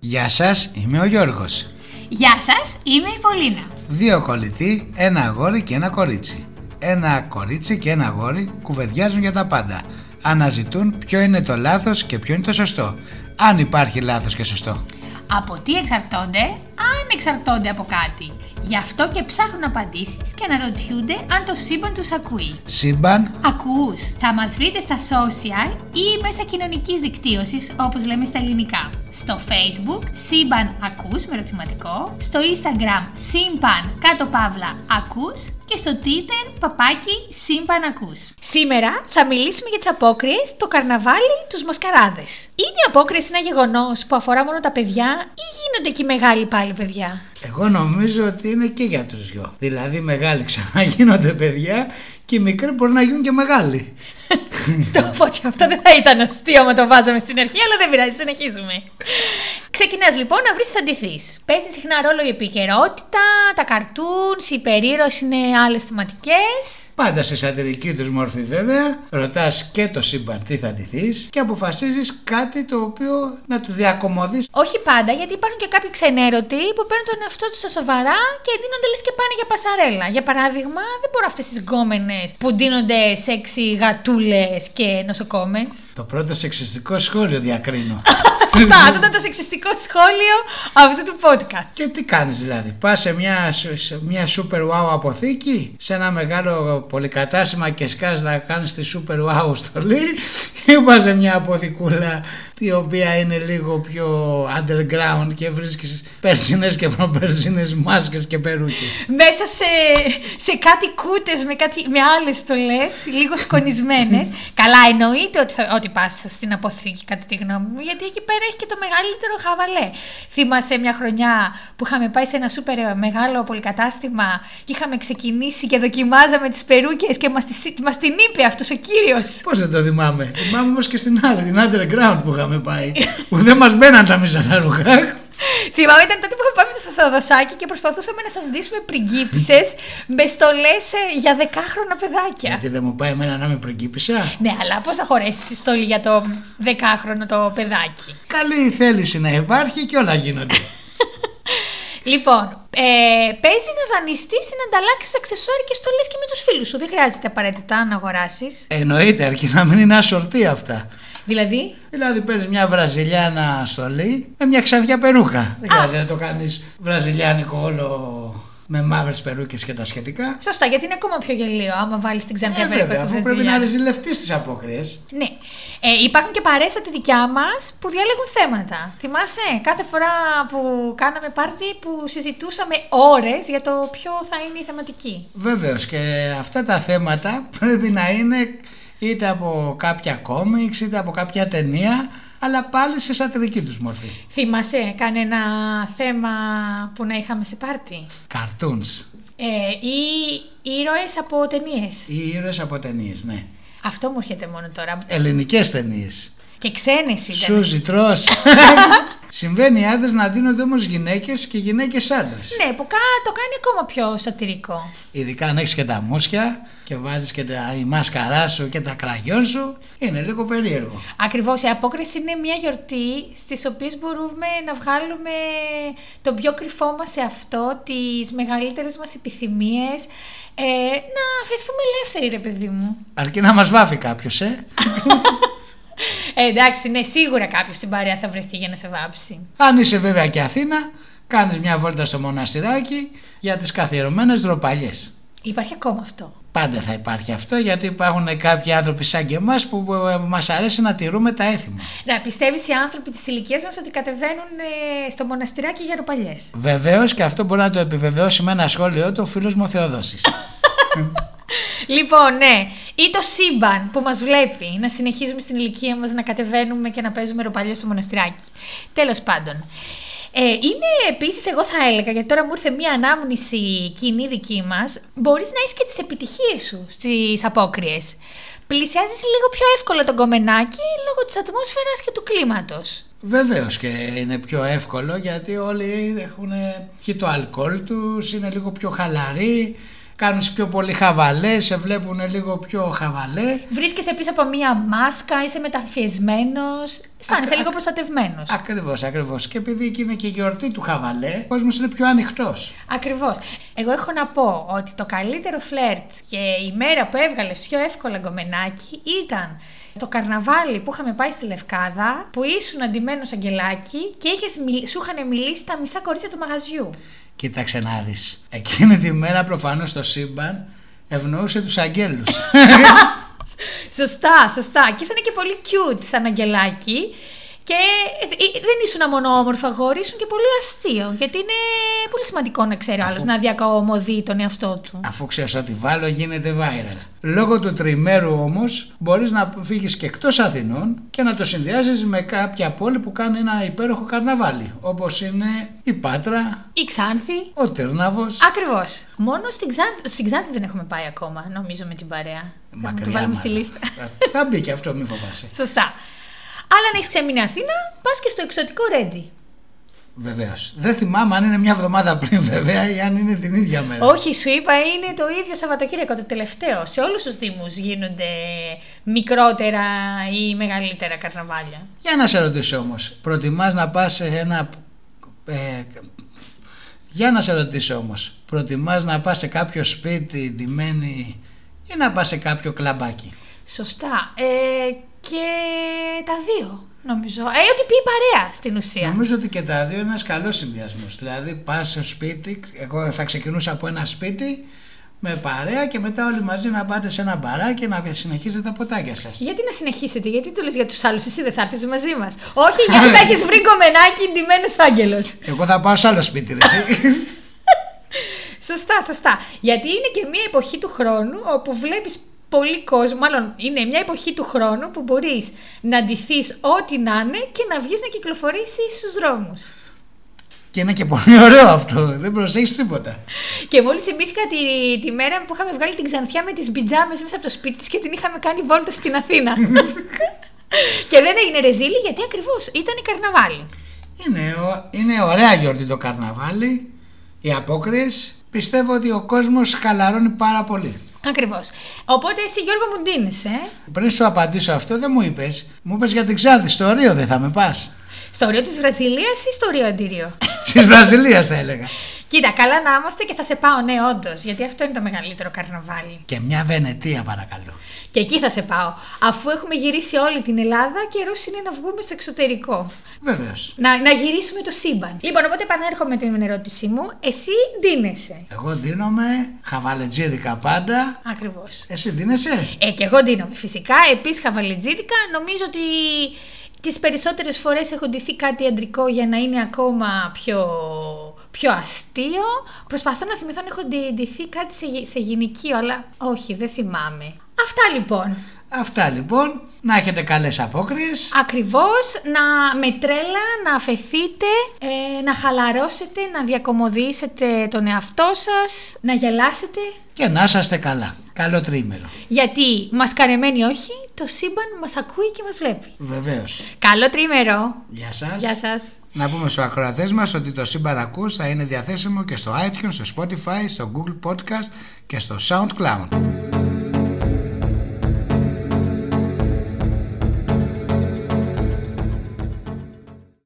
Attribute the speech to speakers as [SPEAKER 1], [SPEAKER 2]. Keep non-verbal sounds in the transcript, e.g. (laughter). [SPEAKER 1] Γεια σας, είμαι ο Γιώργος.
[SPEAKER 2] Γεια σας, είμαι η Πολίνα.
[SPEAKER 1] Δύο κολλητοί, ένα αγόρι και ένα κορίτσι. Ένα κορίτσι και ένα αγόρι κουβεντιάζουν για τα πάντα. Αναζητούν ποιο είναι το λάθος και ποιο είναι το σωστό. Αν υπάρχει λάθος και σωστό.
[SPEAKER 2] Από τι εξαρτώνται, αν εξαρτώνται από κάτι. Γι' αυτό και ψάχνουν απαντήσεις και αναρωτιούνται αν το σύμπαν τους ακούει.
[SPEAKER 1] Σύμπαν,
[SPEAKER 2] Ακούς, θα μας βρείτε στα social ή μέσα κοινωνικής δικτύωσης όπως λέμε στα ελληνικά. Στο facebook σύμπαν ακούς με ερωτηματικό, στο instagram σύμπαν κάτω παύλα ακούς και στο twitter παπάκι σύμπαν ακούς. Σήμερα θα μιλήσουμε για τις απόκριες, το καρναβάλι, τους μασκαράδες. Είναι οι απόκριες ένα γεγονός που αφορά μόνο τα παιδιά ή γίνονται και οι μεγάλοι πάλι παιδιά.
[SPEAKER 1] εγώ νομίζω ότι είναι και για τους δυο. Δηλαδή μεγάλοι ξαναγίνονται παιδιά και οι μικροί μπορεί να γίνουν και μεγάλοι.
[SPEAKER 2] Στο φωτιά. Αυτό δεν θα ήταν αστείο άμα το βάζαμε στην αρχή, αλλά δεν πειράζει, συνεχίζουμε. Ξεκινάς λοιπόν να βρεις τι θα ντυθείς. Παίζει συχνά ρόλο η επικαιρότητα, τα καρτούν, η υπερήρωες είναι άλλες θεματικές.
[SPEAKER 1] Πάντα σε σατυρική τους μόρφη βέβαια, ρωτάς και το σύμπαν τι θα ντυθείς και αποφασίζεις κάτι το οποίο να του διακομωδείς
[SPEAKER 2] Όχι πάντα, γιατί υπάρχουν και κάποιοι ξενέρωτοι που παίρνουν τον εαυτό τους στα σοβαρά και ντύνονται λες και πάνε για πασαρέλα. Για παράδειγμα, δεν μπορώ αυτές τις γκόμενες που ντύνονται σεξι γατούλες και νοσοκόμες.
[SPEAKER 1] Το πρώτο σεξιστικό σχόλιο διακρίνω.
[SPEAKER 2] Σωστά, αυτό ήταν το σεξιστικό σχόλιο αυτού του podcast.
[SPEAKER 1] Και τι κάνεις δηλαδή, πας σε μια, σου- σε μια super wow αποθήκη, σε ένα μεγάλο πολυκατάστημα και σκάς να κάνεις τη super wow στολή (laughs) ή πας σε μια αποθηκούλα η οποία είναι λίγο πιο underground και βρίσκεις περσινές και προπερσινές μάσκες και περούκες.
[SPEAKER 2] μέσα σε, σε κάτι κούτες με, κάτι, με άλλες στολέ, λίγο σκονισμένες. Καλά, εννοείται ότι, θα- ότι πας στην αποθήκη, κατά τη γνώμη μου, γιατί εκεί πέρα έχει και το μεγαλύτερο χαβαλέ. Θυμάσαι μια χρονιά που είχαμε πάει σε ένα σούπερ μεγάλο πολυκατάστημα και είχαμε ξεκινήσει και δοκιμάζαμε τις περούκες και μας μας την είπε αυτός ο κύριος.
[SPEAKER 1] (laughs) Πώς δεν το θυμάμαι, θυμάμαι όμως και στην άλλη, την underground που είχαμε πάει, που δεν μας μπαίναν τα μισά τα ρούχα.
[SPEAKER 2] Θυμάμαι ήταν τότε που είχαμε πάει στο Θεοδοσάκι και προσπαθούσαμε να σας δείσουμε πριγκίπισες με στολές για δεκάχρονα παιδάκια.
[SPEAKER 1] Γιατί δεν μου πάει εμένα να είμαι πριγκίπισσα.
[SPEAKER 2] Ναι, αλλά πώς θα χωρέσει η στολή για το δεκάχρονο το παιδάκι.
[SPEAKER 1] Καλή θέληση να υπάρχει και όλα
[SPEAKER 2] (laughs)
[SPEAKER 1] γίνονται.
[SPEAKER 2] Λοιπόν, ε, παίζει να δανειστείς ή να ανταλλάξεις αξεσουάρ και στολές και με τους φίλους σου. Δεν χρειάζεται απαραίτητα να αγοράσεις.
[SPEAKER 1] Εννοείται, αρκεί να μην είναι ασορτή αυτά.
[SPEAKER 2] Δηλαδή,
[SPEAKER 1] Δηλαδή παίρνεις μια βραζιλιάνα στολή με μια ξαδιά περούκα. Δεν χρειάζεται να το κάνεις βραζιλιάνικο όλο με μαύρες περούκες και τα σχετικά.
[SPEAKER 2] σωστά, γιατί είναι ακόμα πιο γελίο άμα βάλεις την
[SPEAKER 1] Ε,
[SPEAKER 2] ξανθιά ε,
[SPEAKER 1] βέβαια,
[SPEAKER 2] στη
[SPEAKER 1] αφού πρέπει να
[SPEAKER 2] Βραζιλία.
[SPEAKER 1] ρεζιλευτεί στι απόκριες.
[SPEAKER 2] Ναι. Ε, υπάρχουν και παρέες σαν τη δικιά μας που διαλέγουν θέματα. Θυμάσαι κάθε φορά που κάναμε πάρτι που συζητούσαμε ώρες για το ποιο θα είναι η θεματική.
[SPEAKER 1] Βεβαίως και αυτά τα θέματα πρέπει να είναι είτε από κάποια κόμιξ είτε από κάποια ταινία, αλλά πάλι σε σατυρική τους μορφή.
[SPEAKER 2] Θυμάσαι κανένα θέμα που να είχαμε σε πάρτι.
[SPEAKER 1] Cartoons
[SPEAKER 2] Ε, ή ήρωες από ταινίες.
[SPEAKER 1] ή ήρωες από ταινίες, ναι.
[SPEAKER 2] Αυτό μου έρχεται μόνο τώρα.
[SPEAKER 1] Ελληνικές ταινίες.
[SPEAKER 2] Και ξένες ήταν.
[SPEAKER 1] Σούζι, τρώ. Συμβαίνει άντρες να δίνονται όμως γυναίκες και γυναίκες άντρες.
[SPEAKER 2] Ναι, που κα, το κάνει ακόμα πιο σατυρικό.
[SPEAKER 1] Ειδικά αν έχεις και τα μουσια και βάζεις και τα, η μάσκαρά σου και τα κραγιόν σου, είναι λίγο περίεργο.
[SPEAKER 2] Ακριβώς, η απόκριση είναι μια γιορτή στις οποίες μπορούμε να βγάλουμε τον πιο κρυφό μας σε αυτό, τις μεγαλύτερες μας επιθυμίες, ε, να αφαιθούμε ελεύθεροι ρε παιδί μου.
[SPEAKER 1] Αρκεί να μας βάφει κάποιος, ε.
[SPEAKER 2] Ε, εντάξει, ναι, σίγουρα κάποιος στην παρέα θα βρεθεί για να σε βάψει.
[SPEAKER 1] Αν είσαι βέβαια και Αθήνα, κάνεις μια βόλτα στο μοναστηράκι για τις καθιερωμένες ντροπαλιές.
[SPEAKER 2] Υπάρχει ακόμα αυτό.
[SPEAKER 1] Πάντα θα υπάρχει αυτό γιατί υπάρχουν κάποιοι άνθρωποι σαν και εμάς που μας αρέσει να τηρούμε τα έθιμα.
[SPEAKER 2] Να πιστεύεις οι άνθρωποι της ηλικίας μας ότι κατεβαίνουν ε, στο μοναστηράκι για ροπαλιές.
[SPEAKER 1] Βεβαίως και αυτό μπορεί να το επιβεβαιώσει με ένα σχόλιο του ο φίλος μου ο Θεοδόσης.
[SPEAKER 2] Λοιπόν, ναι. Ή το σύμπαν που μας βλέπει να συνεχίζουμε στην ηλικία μας να κατεβαίνουμε και να παίζουμε ροπαλιές στο μοναστηράκι. Τέλος πάντων. Ε, είναι επίσης, εγώ θα έλεγα, γιατί τώρα μου ήρθε μία ανάμνηση κοινή δική μας, μπορείς να είσαι και τις επιτυχίες σου στις απόκριες. Πλησιάζεις λίγο πιο εύκολα τον κομμενάκι λόγω της ατμόσφαιρας και του κλίματος.
[SPEAKER 1] Βεβαίως και είναι πιο εύκολο γιατί όλοι έχουν και το αλκοόλ τους, είναι λίγο πιο χαλαροί, κάνουν σε πιο πολύ χαβαλέ, σε βλέπουν λίγο πιο χαβαλέ.
[SPEAKER 2] Βρίσκεσαι πίσω από μία μάσκα, είσαι μεταφιεσμένος. Αισθάνεσαι λίγο προστατευμένος.
[SPEAKER 1] Ακριβώς, ακριβώς. Και επειδή εκεί είναι και η γιορτή του χαβαλέ, ο κόσμος είναι πιο ανοιχτός.
[SPEAKER 2] Ακριβώς. Εγώ έχω να πω ότι το καλύτερο φλερτ και η μέρα που έβγαλες πιο εύκολα γκομενάκι ήταν στο καρναβάλι που είχαμε πάει στη Λευκάδα, που ήσουν αντιμένος αγγελάκι και είχες, μιλ- σου είχαν μιλήσει τα μισά κορίτσια του μαγαζιού.
[SPEAKER 1] Κοίταξε να δεις. Εκείνη τη μέρα προφανώς το σύμπαν ευνοούσε τους αγγέλους.
[SPEAKER 2] Σωστά, σωστά. Και ήσαν και πολύ cute σαν αγγελάκι. Και ε, ε, δεν ήσουν μόνο όμορφα αγόρι, ήσουν και πολύ αστείο. Γιατί είναι πολύ σημαντικό να ξέρει ο άλλος
[SPEAKER 1] Αφού-
[SPEAKER 2] να διακομωδεί τον εαυτό του.
[SPEAKER 1] Αφού ξέρεις ότι βάλω, γίνεται viral. Λόγω του τριμέρου όμως, μπορείς να φύγεις και εκτός Αθηνών και να το συνδυάσεις με κάποια πόλη που κάνει ένα υπέροχο καρναβάλι. Όπως είναι η Πάτρα,
[SPEAKER 2] Η Ξάνθη.
[SPEAKER 1] ο Τέρναβος.
[SPEAKER 2] Ακριβώς. Μόνο στην Ξάνθη, στην Ξάνθη δεν έχουμε πάει ακόμα, νομίζω, με την παρέα. Να το βάλουμε στη λίστα. (laughs)
[SPEAKER 1] Θα μπει και αυτό, μην φοβάσαι.
[SPEAKER 2] Σωστά. Αλλά αν έχεις ξέμεινε Αθήνα, πας και στο εξωτικό Ρέντι.
[SPEAKER 1] Βεβαίως. Δεν θυμάμαι αν είναι μια εβδομάδα πριν, βέβαια, ή αν είναι την ίδια μέρα.
[SPEAKER 2] Όχι, σου είπα, είναι το ίδιο Σαββατοκύριακο, το τελευταίο. Σε όλους τους Δήμους γίνονται μικρότερα ή μεγαλύτερα καρναβάλια.
[SPEAKER 1] Για να σε ρωτήσω όμως, προτιμάς να πας σε ένα. ε, για να σε ρωτήσω όμως, προτιμάς να πας σε κάποιο σπίτι ντυμένη ή να πας σε κάποιο κλαμπάκι.
[SPEAKER 2] Σωστά. Ε, και τα δύο, νομίζω. Ε, ό,τι πει η παρέα στην ουσία.
[SPEAKER 1] Νομίζω ότι και τα δύο είναι ένας καλός συνδυασμός. Δηλαδή, πας σε σπίτι, εγώ θα ξεκινούσα από ένα σπίτι με παρέα και μετά όλοι μαζί να πάτε σε ένα μπαράκι να συνεχίζετε τα ποτάκια σας.
[SPEAKER 2] Γιατί να συνεχίσετε, γιατί το λες για τους άλλους, εσύ δεν θα έρθεις μαζί μας. Όχι, γιατί θα έχεις βρει κομμενάκι ντυμένος άγγελος.
[SPEAKER 1] Εγώ θα πάω σε άλλο σπίτι, ρε, εσύ. (laughs)
[SPEAKER 2] Σωστά, σωστά. Γιατί είναι και μια εποχή του χρόνου όπου βλέπεις πολύ κόσμο, μάλλον είναι μια εποχή του χρόνου που μπορείς να ντυθείς ό,τι να είναι και να βγεις να κυκλοφορήσεις στους δρόμους.
[SPEAKER 1] και είναι και πολύ ωραίο αυτό. Δεν προσέχεις τίποτα.
[SPEAKER 2] Και μόλις θυμήθηκα τη, τη μέρα που είχαμε βγάλει την ξανθιά με τις πιτζάμε μέσα από το σπίτι της και την είχαμε κάνει βόλτα στην Αθήνα. και δεν έγινε ρεζίλη γιατί ακριβώς ήταν η καρναβάλι.
[SPEAKER 1] Είναι, ω- είναι ωραία γιορτή το καρναβάλι, οι απόκριες. Πιστεύω ότι ο κόσμος χαλαρώνει πάρα πολύ.
[SPEAKER 2] Ακριβώς. Οπότε εσύ, Γιώργο, μου ντύνεσαι. ε.
[SPEAKER 1] Πριν σου απαντήσω αυτό δεν μου είπες, μου είπες για την Ξάνθη, στο Ρίο δεν θα με πας.
[SPEAKER 2] Στο ρίο της Βραζιλίας ή στο ρίο αντίριο.
[SPEAKER 1] Της Βραζιλίας θα έλεγα.
[SPEAKER 2] Κοίτα, καλά να είμαστε και θα σε πάω, ναι, όντως. Γιατί αυτό είναι το μεγαλύτερο καρναβάλι.
[SPEAKER 1] Και μια Βενετία παρακαλώ.
[SPEAKER 2] Και εκεί θα σε πάω. Αφού έχουμε γυρίσει όλη την Ελλάδα, καιρός είναι να βγούμε στο εξωτερικό.
[SPEAKER 1] Βεβαίως.
[SPEAKER 2] Να, να γυρίσουμε το σύμπαν. Λοιπόν, οπότε επανέρχομαι την ερώτησή μου. Εσύ ντύνεσαι.
[SPEAKER 1] Εγώ ντύνομαι, χαβαλετζίδικα πάντα.
[SPEAKER 2] Ακριβώς.
[SPEAKER 1] Εσύ ντύνεσαι.
[SPEAKER 2] Ε, και εγώ ντύνομαι. Φυσικά, επίσης χαβαλιτζίδικα. Νομίζω ότι τις περισσότερες φορές έχω ντυθεί κάτι αντρικό για να είναι ακόμα πιο, πιο αστείο. Προσπαθώ να θυμηθώ αν έχω ντυ- ντυθεί κάτι σε, γυ- σε γυναικείο, αλλά όχι, δεν θυμάμαι. Αυτά λοιπόν.
[SPEAKER 1] Αυτά λοιπόν, να έχετε καλές απόκριες.
[SPEAKER 2] Ακριβώς, να με τρέλα, να αφαιθείτε, ε, να χαλαρώσετε, να διακομωδήσετε τον εαυτό σας, να γελάσετε.
[SPEAKER 1] Και να είσαστε καλά. Καλό τρίμερο.
[SPEAKER 2] Γιατί μασκαρεμένοι όχι, το σύμπαν μας ακούει και μας βλέπει.
[SPEAKER 1] Βεβαίως.
[SPEAKER 2] Καλό τρίμερο.
[SPEAKER 1] Γεια σας.
[SPEAKER 2] Γεια σας.
[SPEAKER 1] Να πούμε στους ακροατές μας ότι το Σύμπαν Ακούς θα είναι διαθέσιμο και στο iTunes, στο Spotify, στο Google Podcast και στο SoundCloud.